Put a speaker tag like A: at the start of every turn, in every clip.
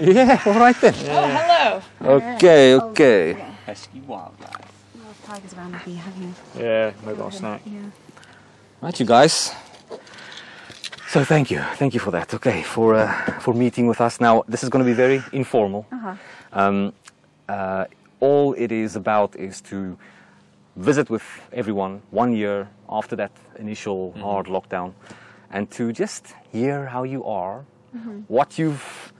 A: Yeah, all right then.
B: Oh, hello.
A: Okay, okay.
C: Pesky wildlife.
D: Tigers around with you, have you?
B: Yeah, no last snack.
D: Yeah.
A: Right, you guys. So thank you, thank you for that. Okay, for uh, for meeting with us. Now this is going to be very informal.
D: Uh-huh.
A: Um, uh, all it is about is to visit with everyone one year after that initial
B: Mm-hmm.
A: hard lockdown and to just hear how you are, what you've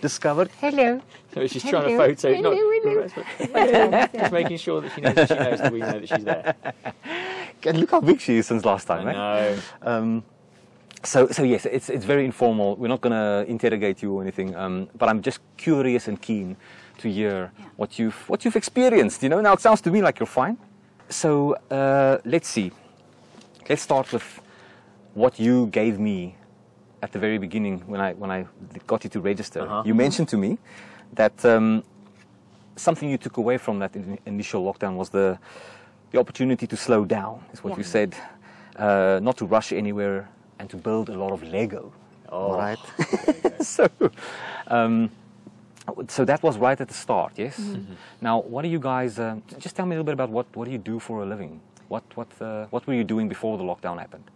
A: discovered. Hello.
B: So she's trying to photo. not- Just making sure that she knows that she knows that we know that she's there.
A: And look how big she is since last
B: I
A: time, eh?
B: know.
A: So, so yes, it's, it's very informal. We're not going to interrogate you or anything, um, but I'm just curious and keen to hear what, you've, what you've experienced. You know, now it sounds to me like you're fine. So uh, let's see. Let's start with what you gave me at the very beginning when I, when I got you to register.
B: Uh-huh.
A: You mentioned to me that um, something you took away from that in- initial lockdown was the, the opportunity to slow down, is what you
D: Yeah.
A: said, uh, not to rush anywhere and to build a lot of Lego.
B: Oh,
A: Right. so, um, so that was right at the start, yes. Now, what do you guys? Um, j- just tell me a little bit about what, what do you do for a living? What what uh, what were you doing before the lockdown happened?
D: Do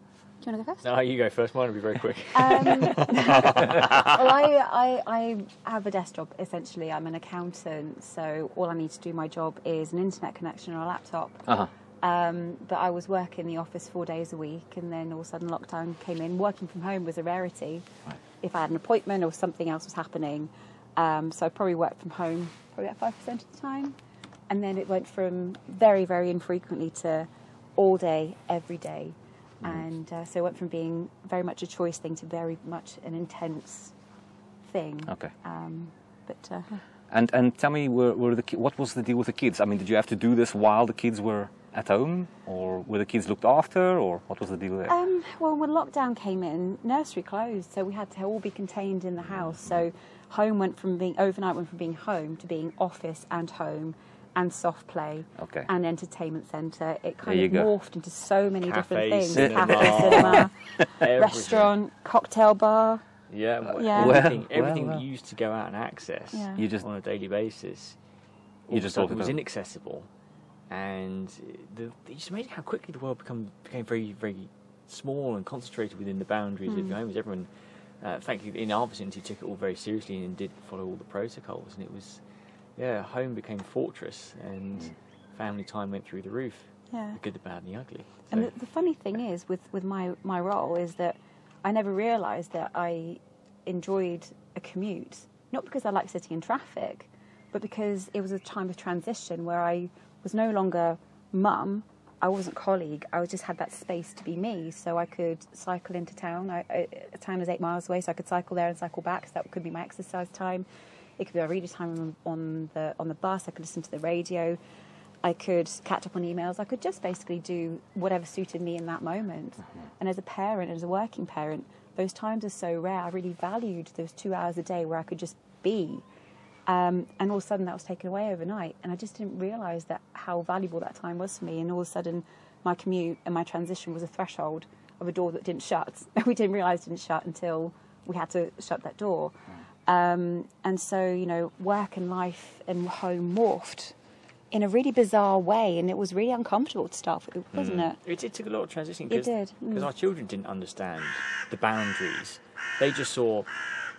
D: you want to go first?
B: No, you go first. Mine will be very quick.
D: Um, well, I, I, I have a desk job essentially. I'm an accountant, so all I need to do my job is an internet connection or a laptop.
A: Uh huh.
D: Um, but I was working in the office four days a week, and then all of a sudden lockdown came in. Working from home was a rarity. If I had an appointment or something else was happening, um, so I probably worked from home probably about five percent of the time, and then it went from very very infrequently to all day every day, and uh, so it went from being very much a choice thing to very much an intense thing.
A: Okay.
D: Um, but uh,
A: And and tell me, were, were the ki- what was the deal with the kids? I mean, did you have to do this while the kids were at home, or were the kids looked after, or what was the deal there?
D: Um, well, when lockdown came in, nursery closed, so we had to all be contained in the house. So home went from being overnight went from being home to being office and home and soft play
A: Okay.
D: and entertainment centre. It kind
A: There
D: of
A: you go.
D: morphed into so many different
B: Cafes,
D: things:
B: cinema.
D: cafe, cinema,
B: Everything.
D: restaurant, cocktail bar.
B: Yeah. well,
D: Yeah. Well,
B: Everything,
A: well,
B: everything
A: well.
B: that you used to go out and access
D: Yeah.
A: You just-
B: on a daily basis
A: You
B: all
A: just
B: of a
A: thought
B: sudden was
A: about-
B: inaccessible, and the, it's just amazing how quickly the world become became very very small and concentrated within the boundaries
A: Hmm.
B: of your homes. Everyone, uh, thankfully, in our vicinity, took it all very seriously and did follow all the protocols. And it was, yeah, home became fortress, and
A: Hmm.
B: family time went through the roof.
D: Yeah.
B: The good, the bad, and the ugly.
D: And
B: So-
D: the, the funny thing is, with, with my, my role, is that I never realised that I enjoyed a commute, not because I liked sitting in traffic, but because it was a time of transition where I was no longer mum, I wasn't colleague, I was- just had that space to be me, so I could cycle into town. I, I, town is eight miles away, so I could cycle there and cycle back, so that could be my exercise time. It could be my reader time on- on the, on the bus, I could listen to the radio. I could catch up on emails. I could just basically do whatever suited me in that moment. And as a parent, as a working parent, those times are so rare. I really valued those two hours a day where I could just be. Um, and all of a sudden, that was taken away overnight. And I just didn't realise that how valuable that time was for me. And all of a sudden, my commute and my transition was a threshold of a door that didn't shut. we didn't realise didn't shut until we had to shut that door. Um, and so, you know, work and life and home morphed in a really bizarre way, and it was really uncomfortable to start with, wasn't
A: Hmm.
D: it?
B: It, it took a lot of transitioning.
D: It did,
A: mm.
B: Because our children didn't understand the boundaries. They just saw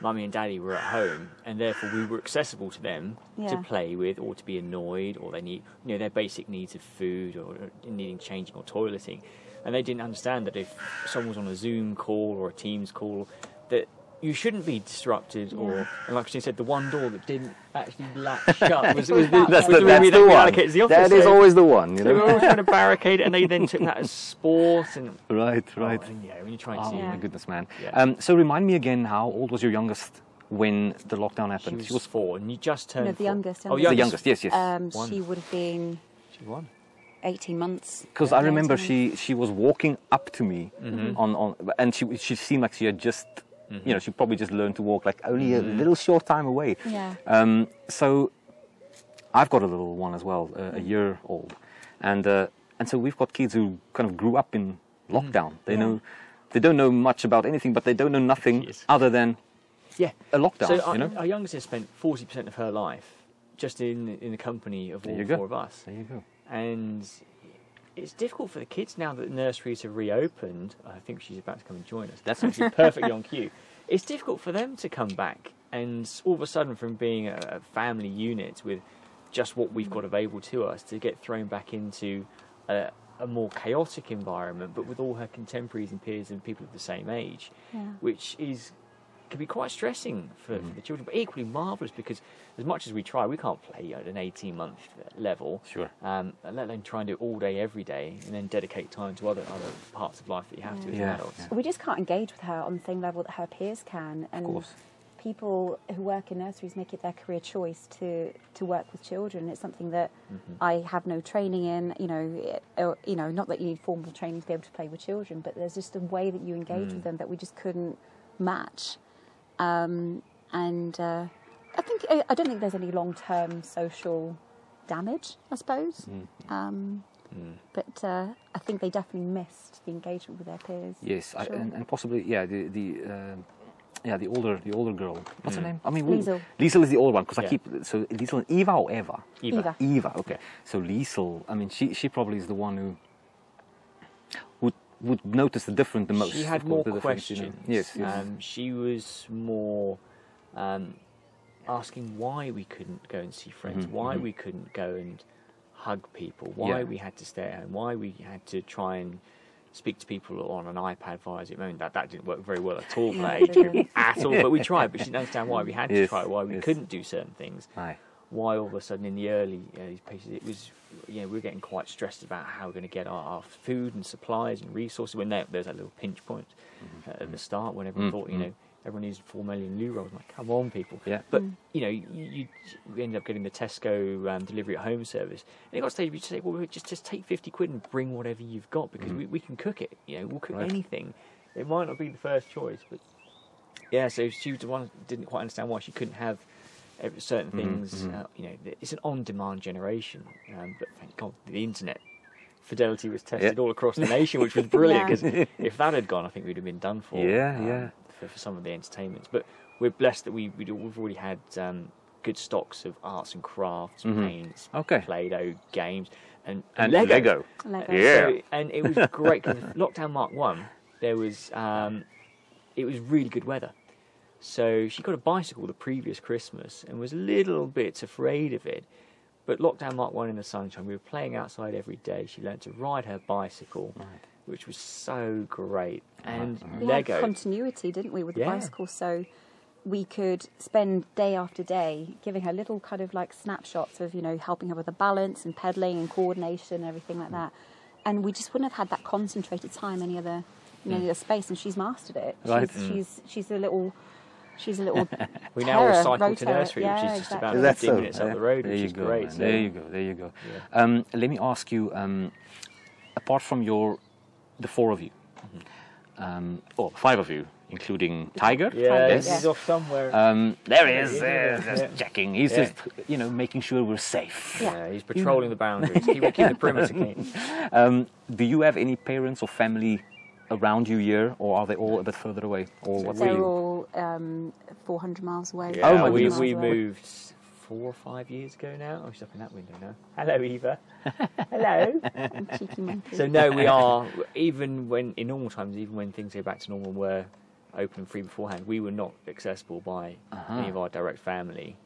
B: mummy and daddy were at home, and therefore we were accessible to them to
D: Yeah.
B: play with, or to be annoyed, or they need, you know, their basic needs of food, or needing changing or toileting. And they didn't understand that if someone was on a Zoom call or a Teams call, that you shouldn't be disrupted. Or, and like Christine said, the one door that didn't actually latch shut was, was, the-
A: that's
B: was
A: the, that's
B: we-
A: the
B: that we
A: one.
B: allocated to the office.
A: that is
B: so-
A: always the one. You
B: they were
A: know.
B: all trying to barricade, it, and they then took that as sport and
A: Right, right.
B: Oh, and yeah, when you're trying
A: Oh
B: to,
A: my
D: Yeah.
A: goodness, man.
B: Yeah.
A: Um, so remind me again, how old was your youngest when the lockdown
B: she
A: happened?
B: was, four, and you just turned.
D: No, the
B: four.
D: youngest,
B: Oh,
D: youngest.
A: the youngest. Yes, yes.
D: Um,
B: One.
D: she would have been
B: She won.
D: 18 months.
A: because
D: Yeah,
A: I remember
D: 18
A: she, she was walking up to me on, on and she she seemed like she had just you know she probably just learned to walk like only a little short time away.
D: Yeah.
A: Um, so I've got a little one as well, uh, a year old, and uh, and so we've got kids who kind of grew up in
B: Mm.
A: lockdown. They know they don't know much about anything, but they don't know nothing
B: Yes.
A: other than
B: Yeah,
A: a lockdown,
B: So uh,
A: you
B: our,
A: know?
B: our youngest has spent forty percent of her life just in in the company of
A: There
B: all
A: you
B: four
A: go.
B: of us,
A: There you go.
B: and it's difficult for the kids now that nurseries have reopened. I think she's about to come and join us. That's actually perfectly on cue. It's difficult for them to come back and all of a sudden from being a, a family unit with just what we've got available to us to get thrown back into a, a more chaotic environment, but with all her contemporaries and peers and people of the same age,
D: Yeah.
B: which is can be quite stressing for,
A: Mm-hmm.
B: for the children, but equally marvellous because as much as we try, we can't play at an 18 month level.
A: Sure.
B: Um, let alone try and do it all day, every day, and then dedicate time to other, other parts of life that you have to as an
A: Yeah,
B: adult.
A: yeah.
D: We just can't engage with her on the same level that her peers can. And
A: course.
D: people who work in nurseries make it their career choice to, to work with children. It's something that
A: Mm-hmm.
D: I have no training in. You know, it- or, you know, not that you need formal training to be able to play with children, but there's just a way that you engage
A: Mm.
D: with them that we just couldn't match. Um, and uh, I think I, I don't think there's any long-term social damage. I suppose.
A: Mm-hmm.
D: Um,
A: Mm.
D: But uh, I think they definitely missed the engagement with their peers.
A: Yes, I,
D: Sure.
A: and, and possibly yeah the the um yeah the older the older girl. What's her name? I mean, we-
D: Liesel.
A: Liesel is the old one because
B: Mm. Yeah.
A: I keep so Liesel and Eva or Eva.
B: Eva.
D: Eva.
A: Eva. Okay. So Liesel, I mean, she she probably is the one who would would notice the difference the most.
B: She had
A: of course,
B: more
A: the difference, you know.
B: questions.
A: Yes. yes.
B: Um, she was more um, asking why we couldn't go and see friends, why we couldn't go and hug people, why
A: Mm-hmm, Yeah.
B: we had to stay at home, why we had to try and speak to people on an iPad via Zoom. I mean, that, that didn't work very well at all for that age group at all, but we tried, but she didn't understand why we had to
A: Yes,
B: try, why we
A: yes.
B: couldn't do certain things
A: Aye.
B: why all of a sudden in the early uh, these places it was you know we were getting quite stressed about how we're going to get our, our food and supplies and resources when there, there was that little pinch point
A: Mm-hmm.
B: uh, at the start when everyone thought you know everyone needs four million loo rolls I'm like come on people
A: Yeah.
B: but you know you, you we ended up getting the Tesco um, delivery at home service and it got to the stage where you just say well we'll just just take fifty quid and bring whatever you've got because we, we can cook it you know we'll cook
A: Mm. Right.
B: anything it might not be the first choice but yeah, so she was the one who didn't quite understand why she couldn't have ev-
A: Mm-hmm,
B: certain things. Uh, you know, th- it's an on-demand generation, um, but thank God the internet fidelity was tested all across the nation, which was brilliant. Because if that had gone, I think we'd have been done for. um,
A: Yeah, yeah.
B: For, for some of the entertainments, but we're blessed that we we'd, al- we've already had um, good stocks of arts and crafts, paints,
A: Mm-hmm. Okay.
B: Play-Doh, games, and,
A: And Lego.
D: Lego.
B: and
A: Yeah.
B: so- and it was great because lockdown Mark One, there was um, it was really good weather. So she got a bicycle the previous Christmas and was a little bit afraid of it. But lockdown Mark One in the sunshine, we were playing outside every day. She learned to ride her bicycle, which was so great.
A: Uh,
B: And
D: We
B: Lego,
D: had continuity, didn't we, with the
B: Yeah.
D: bicycle? So we could spend day after day giving her little kind of like snapshots of, you know, helping her with the balance and pedaling and coordination and everything
B: Mm.
D: like that. And we just wouldn't have had that concentrated time any other in
B: Mm.
D: any other space. And she's mastered it.
A: Right.
D: She's, she's she's a little she's a little.
B: we now all
D: terror,
B: cycle
D: road
B: to
D: terror.
B: nursery,
D: Yeah,
B: which is just about
D: exactly.
B: about
A: That's
B: 15
A: so.
B: minutes up
A: Yeah.
B: the road,
A: There
B: which
A: you
B: is
A: go,
B: great.
A: man.
B: so-
A: There you go. There you go. Um, let me ask you. Um, apart from your, the four of you, um, or five of you, including Tiger.
B: Mm-hmm. Yeah,
D: Yeah.
B: this is off somewhere.
A: Um, there he is.
B: Yeah.
A: uh, just
B: Yeah.
A: checking. He's
B: Yeah.
A: just, you know, making sure we're safe.
D: Yeah. Mm.
B: yeah. he's patrolling the boundaries. Keep, keep the perimeter clean.
A: Um, do you have any parents or family around you here, or are they all a bit further away? Or what
D: They're
A: you?
D: all um, 400 miles away.
B: Yeah,
A: Oh my
B: we,
A: goodness.
B: we
D: Miles away.
B: moved four or five years ago now. Oh, she's up in that window now. Hello, Eva. Hello.
D: Cheeky monkey.
B: so no, we are even when in normal times, even when things go back to normal, and we're open and free beforehand. We were not accessible by
A: Uh-huh.
B: any of our direct family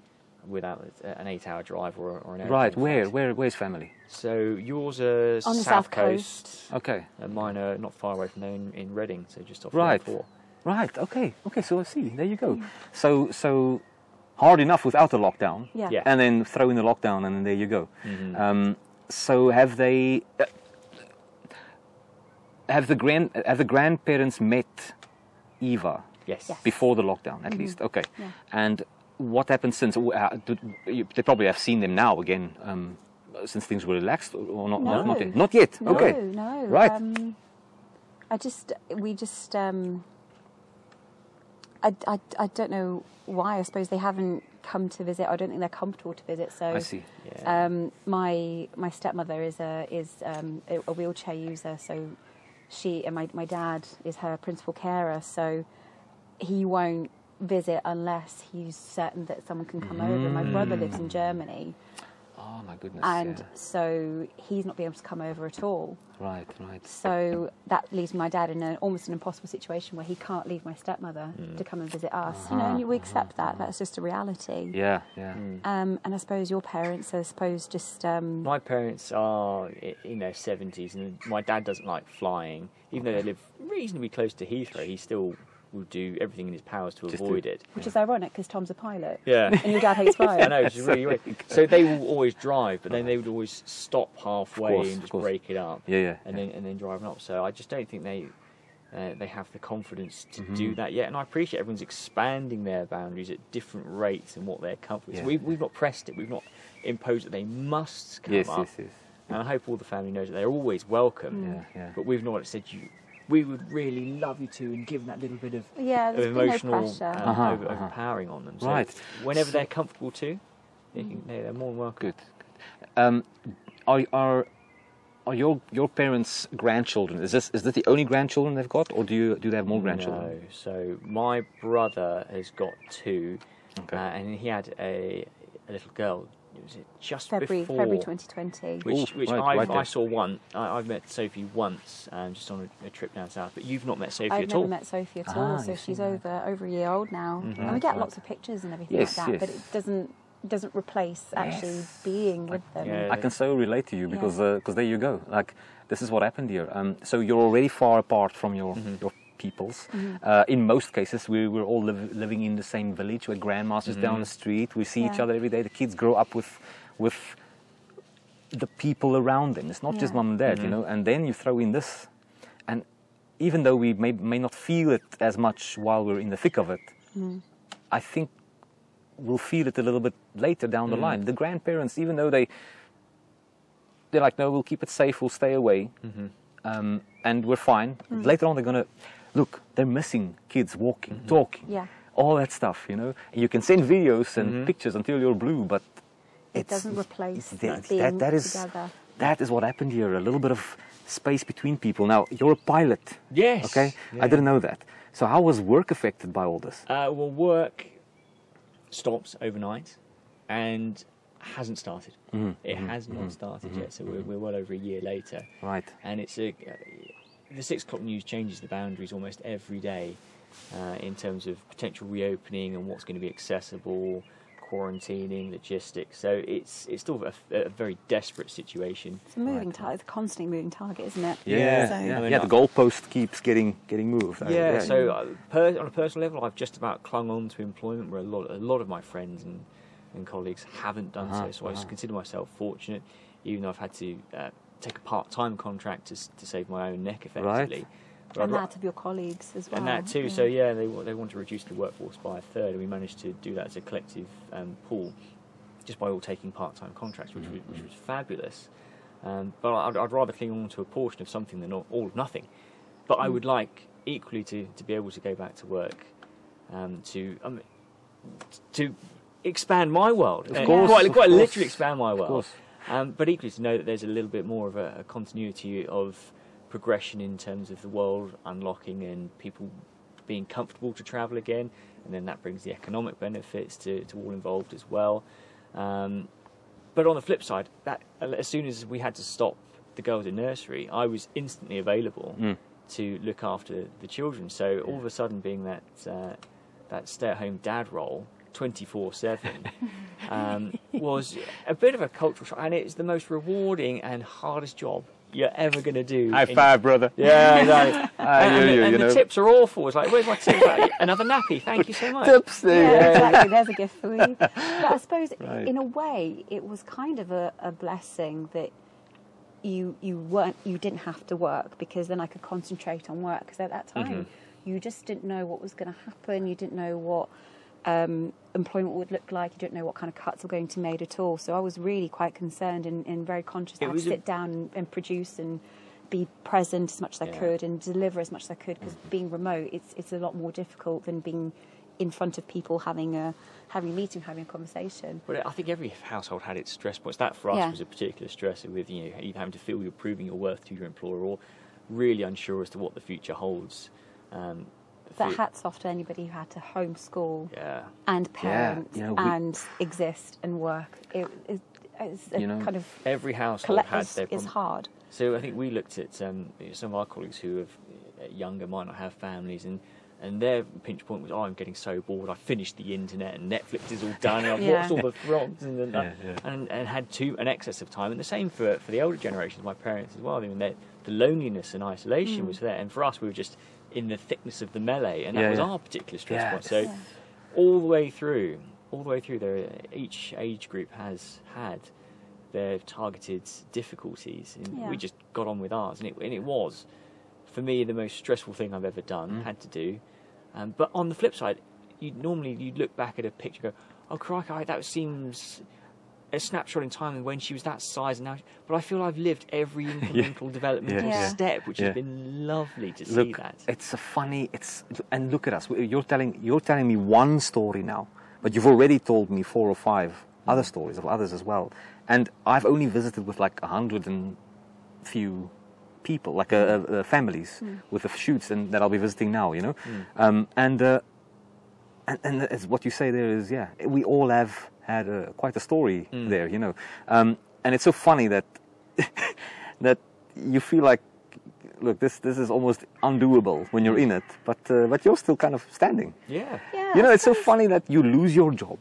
B: without a- an eight-hour drive or, or an airplane
A: Right.
B: flight.
A: Where? Where? Where's family?
B: So yours are
D: On the
B: south
D: south coast.
A: Okay.
B: and mine are not far away from there in, in Reading, so just off
A: Right.
B: the four.
A: Right. Okay. Okay. So I see. There you go. So so hard enough without a lockdown.
D: Yeah.
B: Yeah. Mm-hmm.
A: And then throw in the lockdown, and then there you go. Um, so have they? Uh, have the grand have the grandparents met Eva
B: Yes.
D: Yes.
A: before the lockdown at least? Okay.
D: Mm-hmm. Yeah.
A: And what happened since? w- Uh, did, you, they probably have seen them now again um, since things were relaxed, or- or not? Not, not
D: No.
A: yet. Not yet.
D: No,
A: okay.
D: no.
A: Right.
D: Um, I just, we just, um, I, I, I don't know why. I suppose they haven't come to visit. I don't think they're comfortable to visit. So
A: I see.
B: Yeah.
D: Um, my my stepmother is a is um, a, a wheelchair user, so she and my my dad is her principal carer. So he won't visit unless he's certain that someone can come over. My brother lives
A: Mm.
D: in Germany,
A: Oh my goodness.
D: and
A: yeah.
D: so he's not being able to come over at all.
A: Right, right.
D: So that leaves my dad in an almost an impossible situation where he can't leave my stepmother
B: Mm.
D: to come and visit us.
B: Ah.
D: You know, and we accept that. That's just a reality.
A: Yeah, yeah.
D: Um, and I suppose your parents are supposed just um,
B: My parents are i- in their 70s, and my dad doesn't like flying. Even though they live reasonably close to Heathrow, he still will do everything in his powers to
A: Just to-
B: avoid it.
D: which is ironic because Tom's a pilot.
B: Yeah.
D: And your dad hates flying.
B: I know, which is really weird. So they will always drive, but then they would always stop halfway
A: course,
B: and
A: of
B: just
A: course.
B: break it up.
A: Yeah, yeah,
B: And
A: yeah.
B: then and then driving up. So I just don't think they uh, they have the confidence to
A: Mm-hmm.
B: do that yet. And I appreciate everyone's expanding their boundaries at different rates and what they're comfortable.
A: Yeah.
B: So we've we've not pressed it. We've not imposed that they must come
A: Yes,
B: up.
A: yes, yes.
B: And I hope all the family knows that they're always welcome.
A: Yeah, yeah.
B: But we've not said you. We would really love you to, and give them that little bit of
D: Yeah,
B: of
D: there's been no
B: emotional
D: pressure.
B: uh,
A: Uh-huh,
B: over,
A: uh-huh.
B: overpowering on them. So
A: Right. Mm.
B: Whenever they're comfortable to, they can, they- they're more than welcome.
A: Good. Um, are are are your your parents grandchildren? Is this is this the only grandchildren they've got, or do you do they have more grandchildren?
B: No, so my brother has got two,
A: Okay.
B: uh, and he had a, a little girl. Was it just
D: February,
B: before
D: February 2020.
B: Which,
A: Ooh,
B: which
A: right,
B: I've,
A: right there.
B: I saw once. I, I've met Sophie once, um, just on a, a trip down south. But you've not met Sophie
D: I've
B: at
D: never
B: all.
D: met Sophie at all,
A: Ah,
D: so
A: you
D: she's
A: see, right.
D: over over a year old now,
B: Mm-hmm.
D: and we
A: Right,
D: get
A: right.
D: lots of pictures and everything
A: Yes,
D: like that. But
A: yes.
D: it doesn't doesn't replace actually
A: Yes.
D: being with them.
B: Yeah.
A: I can so relate to you because because there you go. Like this is what happened here. Um, so you're already far apart from your
B: Mm-hmm.
A: your peoples.
D: Mm-hmm.
A: Uh, in most cases, we we're all liv- living in the same village. Where grandmas is
B: Mm-hmm.
A: down the street. We see each
D: Yeah.
A: other every day. The kids grow up with with the people around them. It's not just
D: Yeah.
A: mum and dad,
B: Mm-hmm.
A: you know. And then you throw in this, and even though we may may not feel it as much while we're in the thick of it,
D: Mm-hmm.
A: I think we'll feel it a little bit later down
B: Mm.
A: the line. The grandparents, even though they they're like, no, we'll keep it safe, we'll stay away,
B: Mm-hmm.
A: um, and we're fine.
D: Mm.
A: Later on, they're gonna look. They're missing kids walking,
B: Mm-hmm.
A: talking,
D: Yeah.
A: all that stuff. You know, and you can send videos and
B: Mm-hmm.
A: pictures until you're blue, but
D: It
A: it's-
D: doesn't replace
A: it's the-
D: being
A: that, that is
D: together.
A: that is what happened here. A little bit of space between people. Now you're a pilot.
B: Yes.
A: Okay,
B: Yeah.
A: I didn't know that. So how was work affected by all this?
B: Uh, well, work stops overnight and hasn't started.
A: Mm-hmm.
B: It has not started yet, so we're, we're well over a year later.
A: Right.
B: And it's a, the six o'clock news changes the boundaries almost every day uh, in terms of potential reopening and what's going to be accessible, quarantining, logistics. So it's it's still a, a very desperate situation.
D: It's a moving target. It's a constantly moving target, isn't it?
B: Yeah,
A: yeah.
D: So-
A: yeah.
B: I mean,
A: Yeah, the goalpost keeps getting getting moved. I-
B: Yeah, so uh, per, on a personal level, I've just about clung on to employment where a lot, a lot of my friends and, and colleagues haven't done so. So I just consider myself fortunate, even though I've had to uh, take a part time contract to, s- to save my own neck effectively. But
D: And
B: I'd
D: that of your colleagues as well.
B: and that too.
D: yeah.
B: So yeah, they wa- they want to reduce the workforce by a third, and we managed to do that as a collective um, pool, just by all taking part-time contracts, which
A: Mm-hmm.
B: was, which was fabulous. Um, but I'd, I'd rather cling on to a portion of something than all, all of nothing. But
D: Mm.
B: I would like equally to, to be able to go back to work, um, to um, to expand my world. Of
A: course,
B: quite,
A: of
B: quite
A: course.
B: literally expand my world.
A: course.
B: Um, but equally to know that there's a little bit more of a, a continuity of progression in terms of the world unlocking and people being comfortable to travel again, and then that brings the economic benefits to, to all involved as well. Um, but on the flip side, that as soon as we had to stop the girls in nursery, I was instantly available
A: Hmm.
B: to look after the children. So all of a sudden, being that uh, that stay-at-home dad role, twenty-four-seven, um, was a bit of a cultural shock, and it's the most rewarding and hardest job you're ever going to do. in-
A: brother.
B: Yeah, exactly.
A: I
B: and,
A: hear
B: and,
A: you,
B: and
A: you
B: the
A: know.
B: tips are awful. It's like, where's my tip? Like, Another nappy. Thank you so much.
A: Tips
D: Yeah,
A: there.
D: exactly. There's a gift for you. But I suppose,
A: Right.
D: in a way, it was kind of a, a blessing that you you weren't you didn't have to work because then I could concentrate on work. Because at that
B: Mm-hmm.
D: time, you just didn't know what was going to happen. You didn't know what um, employment would look like. You didn't know what kind of cuts were going to be made at all. So I was really quite concerned and, and very conscious.
B: It
D: I had to
B: was a-
D: sit down and, and produce and be present as much as I
B: Yeah. Mm-hmm.
D: could and deliver as much as I could because being remote, it's it's a lot more difficult than being in front of people having a having a meeting, having a conversation.
B: But I think every household had its stress points. That for us
D: Yeah.
B: was a particular stressor with you know, either having to feel you're proving your worth to your employer or really unsure as to what the future holds um,
D: But
B: Fe-
D: hats off to anybody who had to homeschool
B: yeah.
D: and parent
A: you know, we-
D: and exist and work. It, it, it's a
A: You know,
D: kind of
B: Every household
D: collect
B: had
D: is,
B: their
D: is
B: problem.
D: hard.
B: So I think we looked at um, some of our colleagues who have uh, younger might not have families and. And their pinch point was, oh, I'm getting so bored. I finished the internet and Netflix is all done, and I've
D: Yeah.
B: watched all the frogs and, the,
A: Yeah, yeah.
B: and and had too an excess of time. And the same for for the older generations, my parents as well. I mean, they- the loneliness and isolation
D: Hmm.
B: was there. And for us, we were just in the thickness of the melee, and that
A: Yeah,
B: was
A: yeah.
B: our particular stress
A: Yeah.
B: point. So
D: Yeah.
B: all the way through, all the way through, there each age group has had their targeted difficulties, and
D: Yeah.
B: we just got on with ours, and it and it was for me the most stressful thing I've ever done,
A: Mm.
B: had to do. Um, but on the flip side, you normally you look back at a picture, and go, oh crikey, I- that seems a snapshot in time when she was that size, and now. she-" But I feel I've lived every incremental developmental
D: Yeah.
B: step, which
A: Yeah.
B: has been lovely to see
A: look,
B: that.
A: it's a funny. It's and look at us. We- You're telling you're telling me one story now, but you've already told me four or five other stories of others as well. And I've only visited with like a hundred and few people, like uh, uh, families
B: Hmm.
A: with the shoots, and that I'll be visiting now. You know, um, and. Uh, and, and it's what you say there is, yeah, we all have had uh quite a story there, you know. Um, and it's so funny that that you feel like, look, this this is almost undoable when you're in it, but uh, but you're still kind of standing.
B: Yeah.
D: Yeah,
A: You know,
D: I
A: it's so
D: suppose-
A: funny that you lose your job.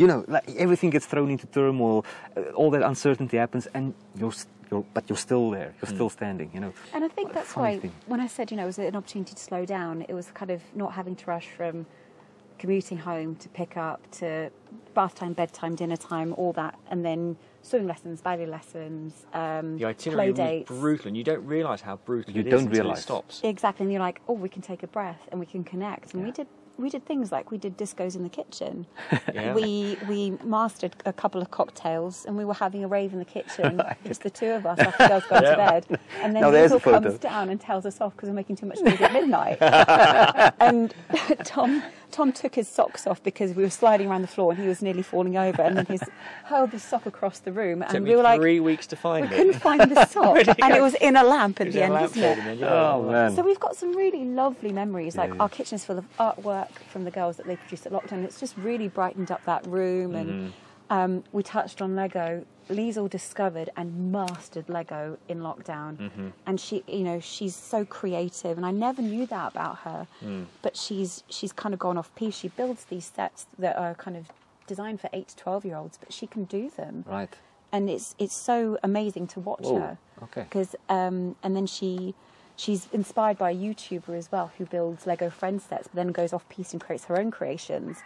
A: You know, like everything gets thrown into turmoil, uh, all that uncertainty happens, and you're, s- you're but you're still there, you're still standing. You know,
D: And I think
A: What a
D: that's
A: funny
D: why
A: thing.
D: when I said, you know, it was an opportunity to slow down, it was kind of not having to rush from commuting home to pick up to bath time, bedtime, dinner time, all that, and then swimming lessons, ballet lessons, um,
B: The
D: play
B: itinerary was
D: dates.
B: brutal, and you don't realise how brutal
A: You
B: it is
A: don't
B: until
A: realise.
B: it stops.
D: Exactly, and you're like, oh, we can take a breath and we can connect. And we
A: Yeah.
D: did we did things like we did discos in the kitchen.
B: Yeah.
D: We we mastered a couple of cocktails and we were having a rave in the kitchen, just the two of us after the girls gone
B: Yeah.
D: to bed. And then
A: Now there's a
D: Google
A: photo.
D: comes down and tells us off because we're making too much noise at midnight. and Tom Tom took his socks off because we were sliding around the floor and he was nearly falling over. And then he hurled his sock across the room and
B: Took
D: we
B: me
D: were like,
B: three weeks to find
D: we
B: it.
D: couldn't find the sock,
B: Where did it
D: and
B: go?
D: it was in a lamp at
B: It was
D: the
B: in
D: end,
B: a
D: isn't
B: lampshade
D: it?
B: and then, yeah,
A: oh
B: well,
A: man,
D: So we've got some really lovely memories. Like
A: yeah.
D: our kitchen's full of artwork from the girls that they produced at lockdown. It's just really brightened up that room, and
A: Mm-hmm.
D: um, we touched on Lego. Liesel discovered and mastered Lego in lockdown,
A: Mm-hmm.
D: and she, you know, she's so creative, and I never knew that about her.
A: Mm.
D: But she's she's kind of gone off piece. She builds these sets that are kind of designed for eight to twelve year olds, but she can do them
A: right?
D: and it's it's so amazing to watch
A: Whoa,
D: her.
A: okay.
D: Because um, and then she she's inspired by a YouTuber as well who builds Lego friend sets, but then goes off piece and creates her own creations.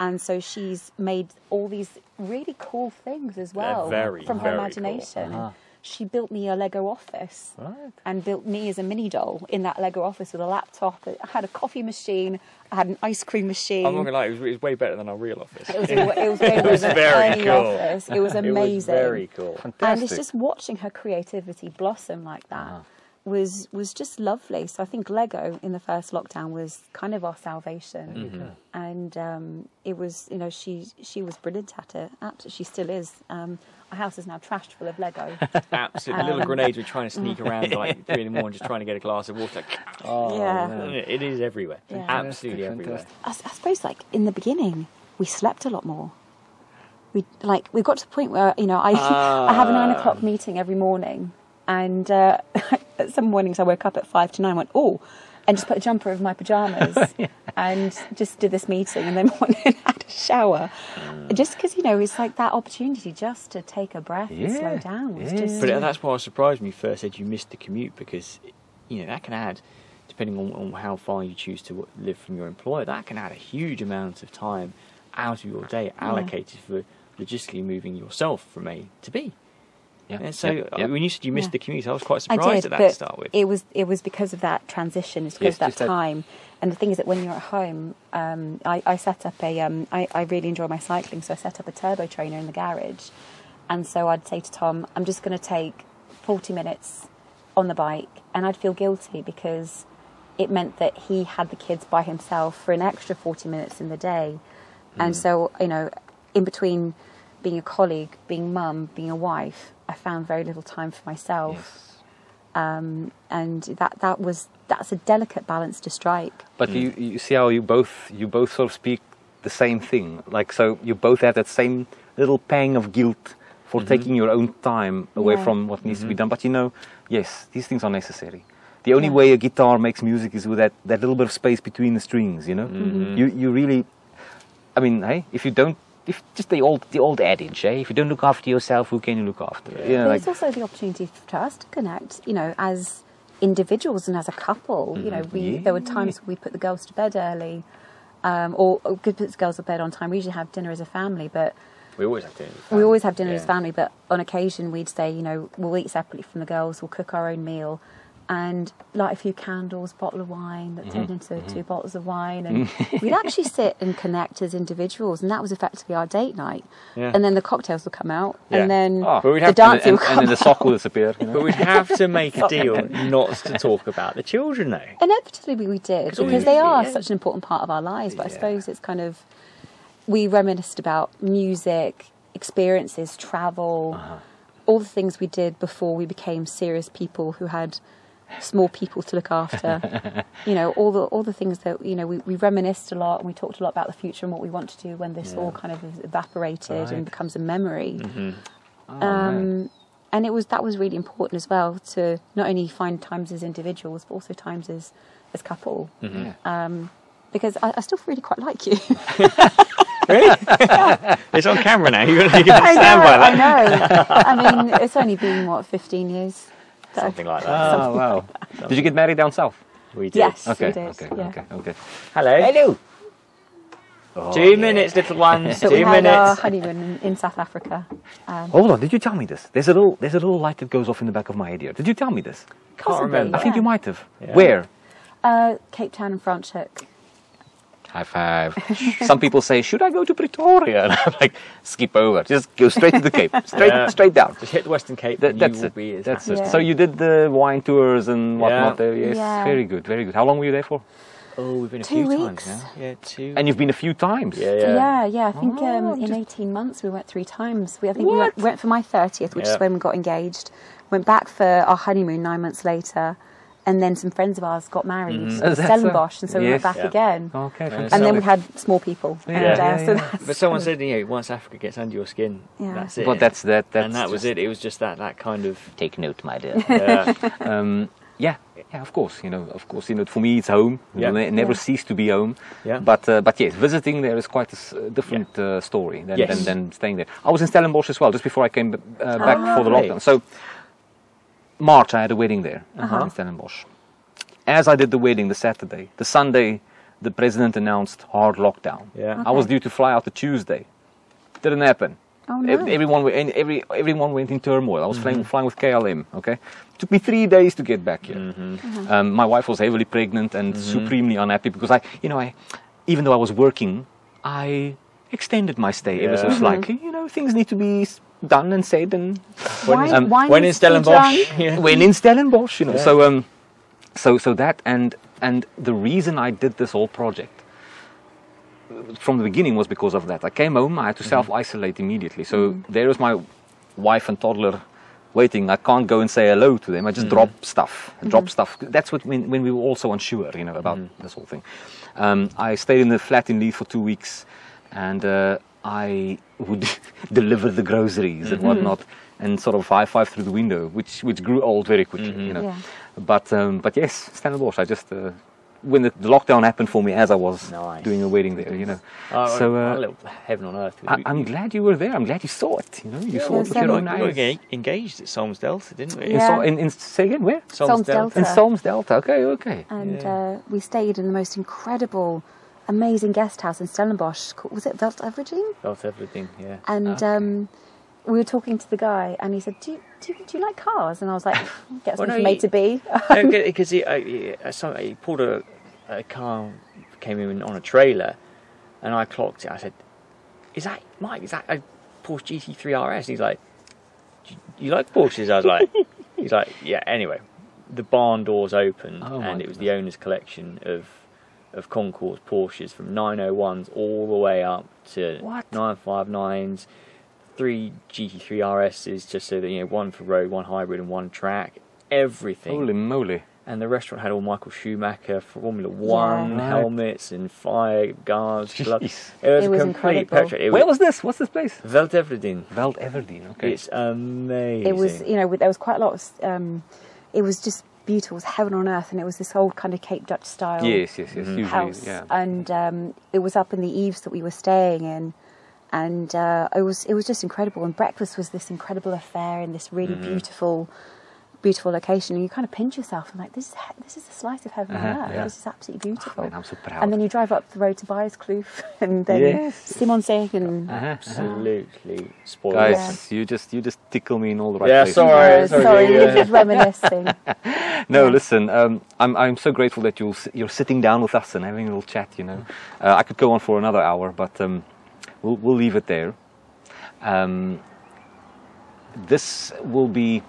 D: And so she's made all these really cool things as well
B: very,
D: from
B: very
D: her
B: cool. Uh-huh.
D: imagination. And She built me a Lego office
A: Right.
D: and built me as a mini doll in that Lego office with a laptop. I had a coffee machine, I had an ice cream machine.
B: I'm not gonna lie, it was, it was way better than our real office.
D: It was, it was, it was a
B: very
D: tiny
B: cool.
D: office. It was amazing.
B: It was very cool.
D: and
A: Fantastic.
D: it's just watching her creativity blossom like that was was just lovely. So I think Lego in the first lockdown was kind of our salvation, and um, it was you know she she was brilliant at it. Absolutely, she still is. Um, our house is now trashed full of Lego.
B: Absolute
D: um,
B: little grenades were trying to sneak around like three in the morning, just trying to get a glass of water.
D: yeah,
B: It is everywhere,
D: Yeah.
B: absolutely
A: Oh, Fantastic,
B: everywhere.
A: fantastic.
D: I, s- I suppose like in the beginning we slept a lot more. We like we got to the point where you know I I have a
A: Ah.
D: nine o'clock meeting every morning, and uh, some mornings I woke up at five to nine, went oh, and just put a jumper over my pajamas and just did this meeting, and then morning had a shower,
A: Ah.
D: just because you know it's like that opportunity just to take a breath and slow
A: Yeah,
D: down. was
A: yeah.
D: just,
B: But that's why I was surprised when you first said you missed the commute because, you know, that can add, depending on, on how far you choose to w- live from your employer, that can add a huge amount of time out of your day allocated for logistically moving yourself from A to B.
A: Yeah.
B: And so
A: Yeah,
B: uh,
A: yeah.
B: when you said you missed
D: Yeah.
B: the commute, I was quite
D: I
B: surprised
D: did,
B: at that
D: but
B: to start with.
D: it was it was because of that transition. It's because
A: Yes,
D: of
A: just
D: that
A: that-
D: time. And the thing is that when you're at home, um, I, I set up a. Um, I, I really enjoy my cycling, so I set up a turbo trainer in the garage, and so I'd say to Tom, "I'm just going to take 40 minutes on the bike," and I'd feel guilty because it meant that he had the kids by himself for an extra 40 minutes in the day,
B: Mm.
D: and so you know, in between being a colleague, being mum, being a Oh. wife, I found very little time for myself
A: Yes.
D: and that that was that's a delicate balance to strike.
A: But you, you see how you both you both sort of speak the same thing. Like so, you both have that same little pang of guilt for taking your own time away
D: Yeah.
A: from what needs to be done. But you know, yes, these things are necessary. The only way a guitar makes music is with that, that little bit of space between the strings. You know, you you really. I mean, hey, if you don't. If just the old the old adage, eh? If you don't look after yourself, who can you look after? You know,
D: But
A: like-
D: it's also the opportunity for us to connect, you know, as individuals and as a couple. You know, we there were times we put the girls to bed early, um, or, or could put the girls to bed on time. We usually have dinner as a family, but
B: We always have to.
D: we always have dinner as
B: Um, Yeah.
D: a family. But on occasion, we'd say, you know, we'll eat separately from the girls. We'll cook our own meal. And light a few candles, bottle of wine that turned into two bottles of wine, and we'd actually sit and connect as individuals, and that was effectively our date night.
B: Yeah.
D: And then the cocktails would come out,
A: Yeah.
D: and then
A: Ah,
B: But we'd
D: the
B: have to-
D: dancing
A: and,
D: would
A: and
D: come
A: then the sock will disappear. You know?
B: But we'd have to make a deal not to talk about the children, though.
D: Inevitably, we we did
B: all
D: because
B: you-
D: they are
B: yeah.
D: such an important part of our lives. But I
B: Yeah.
D: suppose it's kind of we reminisced about music, experiences, travel,
A: Uh-huh.
D: all the things we did before we became serious people who had small people to look after. you know, all the all the things that you know we, we reminisced a lot and we talked a lot about the future and what we want to do when this all kind of has evaporated
A: Right.
D: and becomes a memory
A: Oh, man.
D: um, and it was that was really important as well to not only find times as individuals but also times as as couple
A: Yeah.
D: because I, I still really quite like you.
B: It's on camera now. You're going to stand by
D: I
B: that.
D: know. I mean, it's only been what fifteen years. that I've-
B: Something like that.
A: Ah, wow. Did you get married down south?
B: We did.
D: Yes,
A: Okay,
D: we did.
A: okay,
D: yeah.
A: okay, okay.
B: Hello. Oh, Hello. Two minutes, little ones.
D: But
B: Two
D: we had our
B: minutes.
D: honeymoon in, in South Africa. Um,
A: Hold on, did you tell me this? There's a little, there's a little light that goes off in the back of my head here. Did you tell me this?
B: Can't remember.
A: I think
D: yeah.
A: you might have.
B: Yeah.
A: Where?
D: Uh, Cape Town and Franschhoek.
A: High five. Some people say, should I go to Pretoria? And I'm like, skip over. Just go straight to the Cape. Straight,
B: Yeah.
A: straight down.
B: Just hit the Western Cape.
A: That-
B: and
A: that's
B: you
A: it.
B: will Be as
A: that's
B: happy.
A: it.
D: Yeah.
A: So you did the wine tours and whatnot
B: Yeah.
A: there. Yes.
D: Yeah.
A: Very good. Very good. How long were you there for?
B: Oh, we've been a
D: Two
B: few
D: weeks.
B: times now. Yeah, two.
A: And you've been a few times.
B: yeah,
D: Yeah,
B: yeah.
D: yeah. I think um,
A: Oh,
D: in
A: just-
D: eighteen months we went three times. We, I think we went,
A: What?
D: went for my thirtieth, which
B: Yeah.
D: is when we got engaged. Went back for our honeymoon nine months later, and then some friends of ours got married
A: Oh,
D: in
A: that's
D: Stellenbosch,
A: a-
D: and so we
A: yes.
D: went back
B: Mm-hmm. Yeah.
D: again.
A: Okay.
B: And
D: And then
A: fantastic.
D: we had small people, and
B: Yeah.
D: uh,
A: Yeah,
D: so
A: yeah.
D: that's
B: But someone said, you know, once Africa gets under your skin,
D: Yeah.
B: that's it.
A: But that's that. That's
B: and that was
A: just-
B: it. It was just that that kind of. uh,
A: Take note, my dear.
B: Yeah.
A: um, yeah, yeah, of course. You know, of course. You know, for me, it's home.
B: Yeah.
A: It will ne- never
D: Yeah.
A: cease to be home.
B: Yeah.
A: But uh, but yes, visiting there is quite a s- uh, different uh, story than,
B: Yes.
A: than than staying there. I was in Stellenbosch as well, just before I came b-
D: Ah,
A: uh, back for the
B: lovely.
A: lockdown. So March, I had a wedding there uh-huh,
D: Uh-huh.
A: in Stellenbosch. As I did the wedding, the Saturday, the Sunday, the president announced hard lockdown.
B: Yeah.
A: I was due to fly out the Tuesday. Didn't happen.
D: Oh,
A: Ev-
D: no.
A: Everyone, wa- and every, everyone went in turmoil. I was flying,
B: Mm-hmm.
A: flying with KLM. Okay, took me three days to get back here.
B: Mm-hmm.
A: Um, my wife was heavily pregnant and supremely unhappy because I, you know, I, even though I was working, I extended my stay ever so
B: Yeah. Mhm.
A: slightly. You know, things need to be s- done and said. And
D: wine,
A: um,
D: wine
B: when in
D: needs to be
B: Stellenbosch.
D: drunk.
B: Yeah.
A: when in Stellenbosch, you know,
B: Yeah.
A: so um, so so that and and the reason I did this whole project from the beginning was because of that. I came home, I had to self isolate immediately. So there is my wife and toddler waiting. I can't go and say hello to them. I just drop stuff, I drop stuff. That's what when, when we were also unsure, you know, about this whole thing. Um, I stayed in the flat in Leeds for two weeks, and uh, I would deliver the groceries and whatnot, and sort of high five through the window, which which grew old very quickly, you know.
D: Yeah.
A: But um, but yes, Standard Bosch. I just uh, when the the lockdown happened for me, as I was
B: Nice.
A: doing a wedding there, you know.
B: Oh,
A: so
B: a
A: uh,
B: little heaven on earth.
A: I, I'm glad you were there. I'm glad you saw it. You know, you saw it with your
D: so-
A: own
B: we were
A: eyes.
B: getting engaged at Solms Delta, didn't we?
A: In,
D: Yeah.
A: Sol- in, in say again, where?
D: Solms Delta.
A: In Solms Delta. Okay, okay.
D: and
B: Yeah.
D: uh, we stayed in the most incredible, amazing guest house in Stellenbosch. called- Was it Veld Everging?
B: Delta everything, yeah.
D: And
B: Ah.
D: um, we were talking to the guy, and he said, "Do you, do you, do you like cars?" And I was like, "Gets
B: Well,
D: me
B: no,
D: from A
B: you-
D: to B."
B: Because he, I- he, uh, some, he pulled a, a car, came in on a trailer, and I clocked it. I said, "Is that Mike? Is that a Porsche GT3 RS?" He's like, "Do "You like Porsches?" I was like, "He's like, yeah." Anyway, the barn doors opened,
A: Oh, my
B: and it was the owner's collection of of Concourse Porsches from 901s all the way up to
A: What?
B: 959s. Three GT3 RSs, just so that you know, one for road, one hybrid, and one track. Everything
A: Holy moly!
B: and the restaurant had all Michael Schumacher Formula One
D: Yeah.
A: Right.
B: helmets and fire guards. blood. It
A: Jeez.
B: was
D: It
B: a
D: was
B: complete
D: incredible.
B: picture. It
A: Where was this? What's this place?
B: Veld Everdeen.
A: Veld Everdeen. Okay. Ah,
B: It's amazing.
D: it was you know with- there was quite a lot of s- um, it was just beautiful it was heaven on earth and it was this old kind of cape dutch style
A: Yes, yes, yes. Usually,
D: house
A: yeah.
D: and um, it was up in the eaves that we were staying in and uh, it was it was just incredible and breakfast was this incredible affair in this really
A: Mm-hmm.
D: beautiful beautiful location and you kind of pinch yourself and like this is he- this is a slice of heaven on
A: Uh-huh,
D: earth
A: yeah. Oh,
D: this is absolutely beautiful
A: man, I'm so proud.
D: uh, and then you drive up the road to Byerskloof and then
B: Yes.
D: Simon Seg and
A: Uh-huh.
B: absolutely spoiled.
A: ah. Guys,
D: Yes.
A: you just you just tickle me in all the right
B: Yeah,
A: places.
B: sorry.
D: Uh, sorry
B: yeah.
D: this is reminiscing
A: No,
D: Yeah.
A: listen. Um, I'm I'm so grateful that you'll, s- you're sitting down with us and having a little chat. You know, uh, I could go on for another hour, but um, we'll we'll leave it there. Um, this will be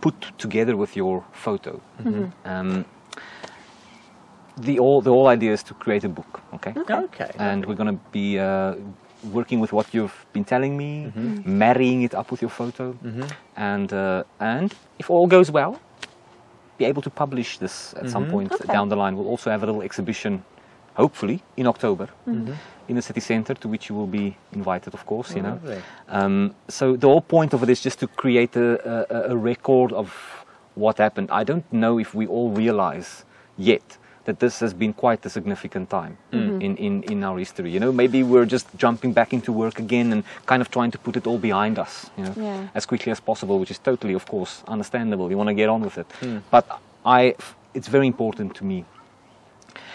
A: put together with your photo. Um, the all the whole idea is to create a book. Okay.
B: Okay.
A: And we're going to be uh, working with what you've been telling me, marrying it up with your photo,
B: Mm-hmm.
A: and uh, and if all goes well, be able to publish this at some point
D: Okay.
A: down the line. We'll also have a little exhibition, hopefully in October, in the city centre, to which you will be invited, of course. You know.
B: Lovely.
A: Um, so the whole point of it is just to create a, a, a record of what happened. I don't know if we all realize yet that this has been quite a significant time in, in, in our history. You know, maybe we're just jumping back into work again and kind of trying to put it all behind us, you know,
D: Yeah.
A: as quickly as possible, which is totally, of course, understandable. You want to get on with it. But I, it's very important to me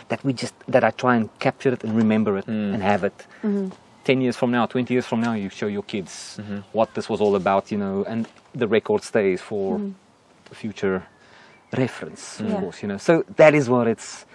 A: that we just, that I try and capture it and remember it and have it. 10 years from now, 20 years from now, you show your kids what this was all about, you know, and the record stays for future reference, of
D: Yeah.
A: course, you know. So that is what it's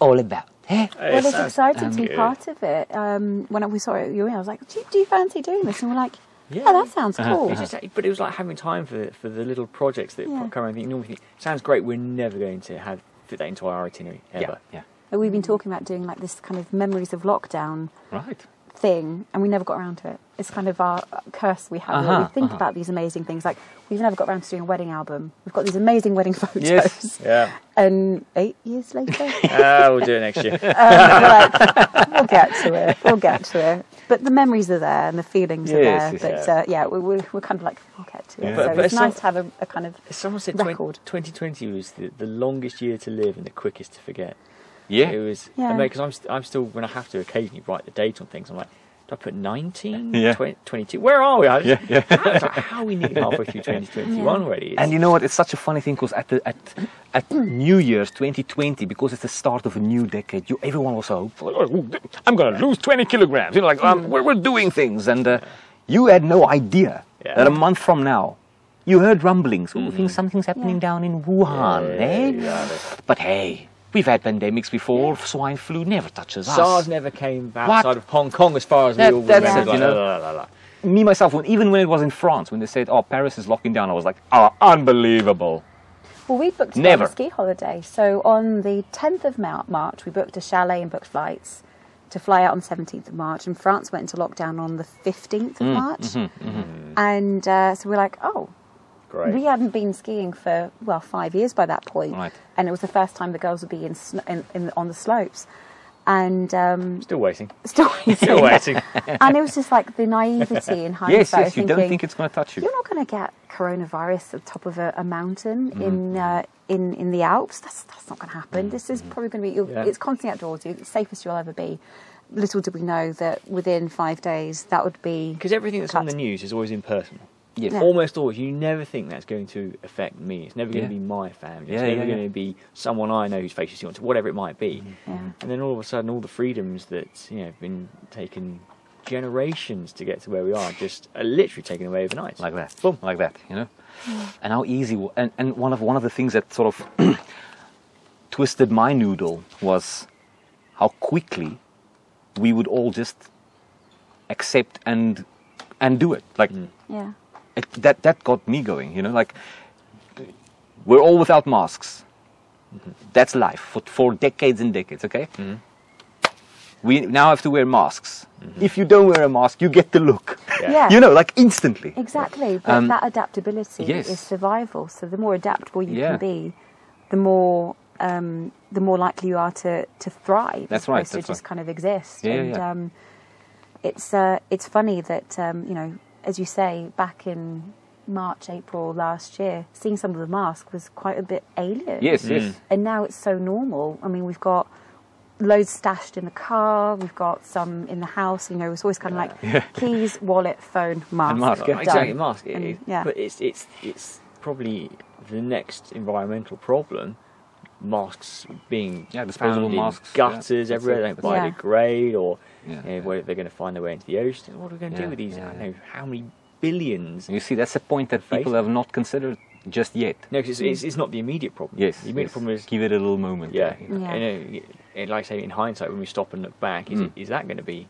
A: all about. eh?
D: Well, it's
B: sounds
D: exciting to be
B: good.
D: part of it. Um, when I- we saw it, you were in, I was like, do you, do you fancy doing this? And we're like, yeah,
B: Yeah.
D: that sounds
A: Uh-huh,
D: cool.
B: It's just, but it was like having time for for the little projects that
D: Yeah.
B: come around. that You normally think sounds great. We're never going to have fit that into our itinerary
A: Yeah,
B: ever.
A: yeah.
D: But We've been talking about doing like this kind of memories of lockdown
A: Right.
D: thing, and we never got around to it. It's kind of our curse we have. where
A: Uh-huh,
D: we think
A: uh-huh.
D: about these amazing things. Like, we've never got around to doing a wedding album. We've got these amazing wedding photos.
A: Yes.
B: Yeah.
D: And eight years later,
B: Ah, we'll do it next year.
D: um, we're like, we'll get to it. We'll get to it. But the memories are there and the feelings
A: Yes,
D: are
A: yes,
D: there. but
B: yeah.
D: Uh, yeah, we, we're, we're kind of like, we'll get to it.
A: Yeah.
D: So
A: But-
B: but
D: it's
B: it's
D: nice
B: not-
D: to have a, a kind of
B: Someone said twen-
D: Record.
B: 2020 was the, the longest year to live and the quickest to forget.
A: Yeah.
B: It was,
D: Yeah.
B: because I'm, st- I'm still, when I have to occasionally write the date on things, I'm like, do I put 19,
A: Yeah.
B: 20, 22? Where are we? I just,
A: Yeah, yeah.
B: How, it's like, how are we nearly halfway through 2021 already? It's-
A: And you know what? It's such a funny thing because at, the, at, at New Year's 2020, because it's the start of a new decade, you, everyone was so hopeful. "Oh, I'm going to lose 20 kilograms. You know, like, um, we're, we're doing things. And uh, you had no idea
B: Yeah.
A: that a month from now, you heard rumblings. Oh, things, something's happening
D: Yeah.
A: down in Wuhan,
B: Yeah,
A: eh?
B: exactly.
A: But hey, we've had pandemics before. Swine flu never touches us.
B: SARS never came outside of Hong Kong as far as
A: That-
B: we all
A: that's
B: remember.
A: it, you know.
B: la, la, la, la.
A: me myself, when, even when it was in France, when they said, "Oh, Paris is locking down," I was like, "Oh, unbelievable!"
D: Well, we booked
A: Never.
D: a ski holiday. So on the 10th of Mar- March, we booked a chalet and booked flights to fly out on 17th of March. And France went into lockdown on the 15th
A: Mm,
D: of March.
A: mm-hmm,
D: And uh, so we're like, oh,
B: Great.
D: we hadn't been skiing for, well, five years by that point.
A: Right.
D: And it was the first time the girls would be in, sn- in, in, on the slopes. And um,
B: Still waiting.
D: still
B: Still waiting.
D: and it was just like the naivety in hindsight.
A: yes, yes, you don't
D: thinking,
A: think it's going to touch you.
D: you're not going to get coronavirus at the top of a, a mountain in, uh, in in the Alps. That's that's not going to happen. This is probably going to be. You'll,
B: Yeah.
D: It's constantly outdoors. You're the safest you'll ever be. Little did we know that within five days that would be.
B: Because everything that's on
D: Cut.
B: the news is always impersonal.
A: Yes.
D: Yeah.
B: Almost always. You never think that's going to affect me. It's never going
A: Yeah.
B: to be my family.
A: Yeah,
B: it's never
A: yeah, Mm-hmm. yeah.
B: going to be someone I know whose face you see on t- whatever it might be.
D: Yeah.
B: And then all of a sudden, all the freedoms that you know have been taken generations to get to where we are just are literally taken away overnight.
A: like that, boom, like that, you know. And how easy, w- and, and one of one of the things that sort of twisted my noodle was how quickly we would all just accept and and do it. Like
D: Yeah.
A: it, that that got me going. You know, like we're all without masks. That's life for, for decades and decades. Okay. We now have to wear masks. If you don't wear a mask, you get the look.
B: Yeah.
D: Yeah.
A: you know, like instantly.
D: Exactly. But
A: Um,
D: that adaptability
A: yes.
D: is survival. So the more adaptable you
A: Yeah.
D: can be, the more um, the more likely you are to, to thrive.
A: That's
D: as
A: right,
D: opposed To
A: that's
D: just
A: right.
D: kind of exist.
A: Yeah, yeah,
D: and
A: yeah.
D: Um, it's uh, it's funny that um, you know, as you say, back in March, April last year, seeing some of the mask was quite a bit alien.
A: Yes, yes.
D: And now it's so normal. I mean, we've got loads stashed in the car. We've got some in the house. You know, it's always kind of like keys, wallet, phone, mask.
A: And mask, yeah.
D: done.
B: Exactly, mask. It-
D: And-
B: it-
D: yeah.
B: But it's it's it's probably the next environmental problem. Masks being
A: Yeah, disposable
B: found in
A: masks, yeah.
B: gutters
A: That's
B: everywhere.
A: it,
B: They don't
A: that's
D: it.
B: biodegrade, or
A: Yeah,
B: you know,
A: yeah.
B: whether they're going to find their way into the ocean. What are we going to
A: Yeah,
B: do with these?
A: yeah,
B: I don't
A: yeah.
B: know how many billions.
A: You see, that's a point that people
B: Basically.
A: have not considered just yet.
B: No, 'cause it's, it's, it's not the immediate problem.
A: Yes.
B: the immediate
A: yes.
B: problem is
A: give it a little moment.
B: yeah.
A: there, you know.
D: Yeah.
B: And, uh, and like I say, in hindsight, when we stop and look back, is,
A: Mm.
B: it, is that going to be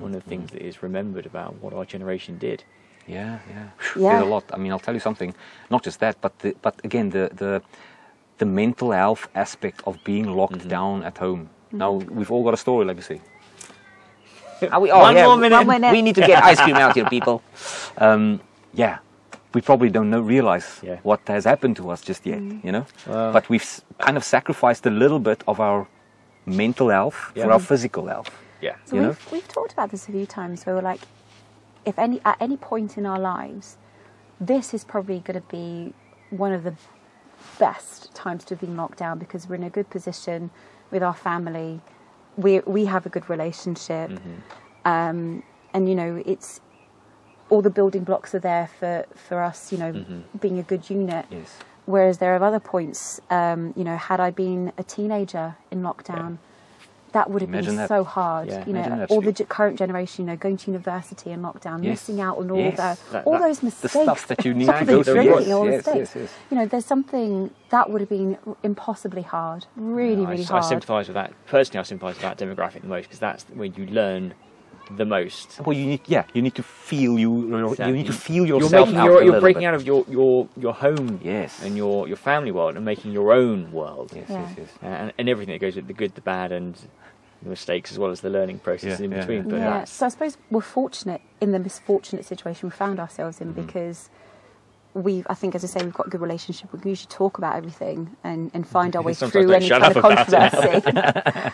B: one of the things that is remembered about what our generation did?
A: Yeah, yeah.
D: Yeah.
A: There's a lot. I mean, I'll tell you something. Not just that, but the, but again, the the the mental health aspect of being locked
B: Mm-hmm.
A: down at home. Now we've all got a story, like you say. Are we, oh,
B: One
A: yeah,
B: more
A: we-
B: minute.
D: One minute.
A: We need to get ice cream out here, people. Um, yeah, we probably don't know, realize
B: Yeah.
A: what has happened to us just yet, you know.
B: Wow.
A: But we've s- kind of sacrificed a little bit of our mental health
B: Yeah.
A: for our physical health.
B: Yeah.
D: So
A: you know?
D: we've, we've talked about this a few times where we're like, if any at any point in our lives, this is probably going to be one of the best times to have been locked down because we're in a good position with our family. We we have a good relationship, um, and you know it's all the building blocks are there for for us. You know, being a good unit.
A: Yes.
D: Whereas there are other points, um, you know, had I been a teenager in lockdown, that would have
A: Imagine
D: been
A: that.
D: so hard.
B: Yeah,
D: you
A: imagine
D: know,
A: that.
D: all the ge- current generation, you know, going to university in lockdown,
A: Yes.
D: missing out on all
A: Yes.
D: the
B: That-
D: all
B: that-
D: those
A: The
D: mistakes.
A: stuff that you need to
B: Exactly.
A: go through.
B: There
A: Yes,
B: was.
D: all the
A: yes, yes,
D: mistakes.
A: yes.
D: You know, there's something that would have been r- impossibly hard, really,
B: I-
D: really
B: I,
D: hard.
B: sympathise with that. Personally, I sympathise with that demographic the most because that's where you learn the most.
A: Well, you need, yeah, you need to feel you. You need to feel yourself.
B: You're, making,
A: out
B: you're,
A: a
B: you're
A: little
B: breaking
A: bit.
B: out of your, your, your home
A: Yes.
B: and your, your family world and making your own world.
A: Yes,
D: Yeah.
A: yes, yes.
B: Uh, and, and everything that goes with the good, the bad, and the mistakes, as well as the learning process
A: Yeah,
B: in
A: yeah,
B: between.
A: yeah.
B: But
D: yeah.
B: that's
D: So I suppose we're fortunate in the misfortunate situation we found ourselves
A: Mm-hmm.
D: in because we, I think, as I say, we've got a good relationship. We can usually talk about everything and, and find our way
B: Sometimes
D: through
B: they
D: any
B: shut
D: kind of
B: up about
D: controversy.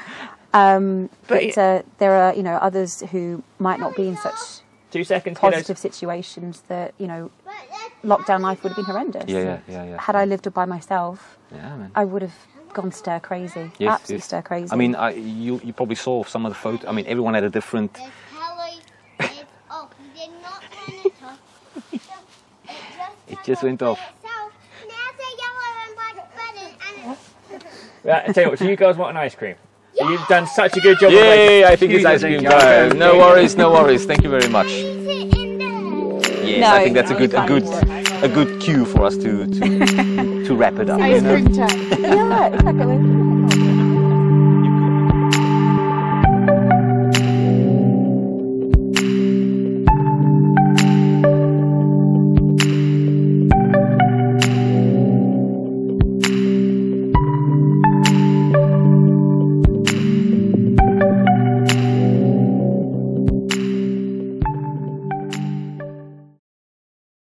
D: um,
B: But
D: but
B: it-
D: uh, there are, you know, others who might not be in such
B: two seconds. kiddos.
D: positive situations that, you know, lockdown life would have been horrendous.
A: Yeah, yeah, yeah, yeah.
D: Had I lived it by myself,
A: Yeah, man.
D: I would have gone stir crazy,
A: Yes,
D: absolutely
A: yes.
D: stir crazy.
A: I mean, I, you you probably saw some of the photo. I mean, everyone had a different.
C: It's Kelly. It's oh, we did not turn it off. It just,
A: It just went off.
C: by itself. Now it's a yellow and black button, and it's
B: Right, uh, I tell you what, do you guys want an ice cream? You've done such a good job. of
A: Yay!
B: making
A: I think it's ice
B: confusing
A: cream
B: jargon.
A: time. No worries, no worries. Thank you very much.
C: it in there.
A: Yes,
D: No,
A: I think that's a
D: no,
A: good a
D: it's
A: good a good cue for us to to to wrap it up. you know?
D: yeah, exactly.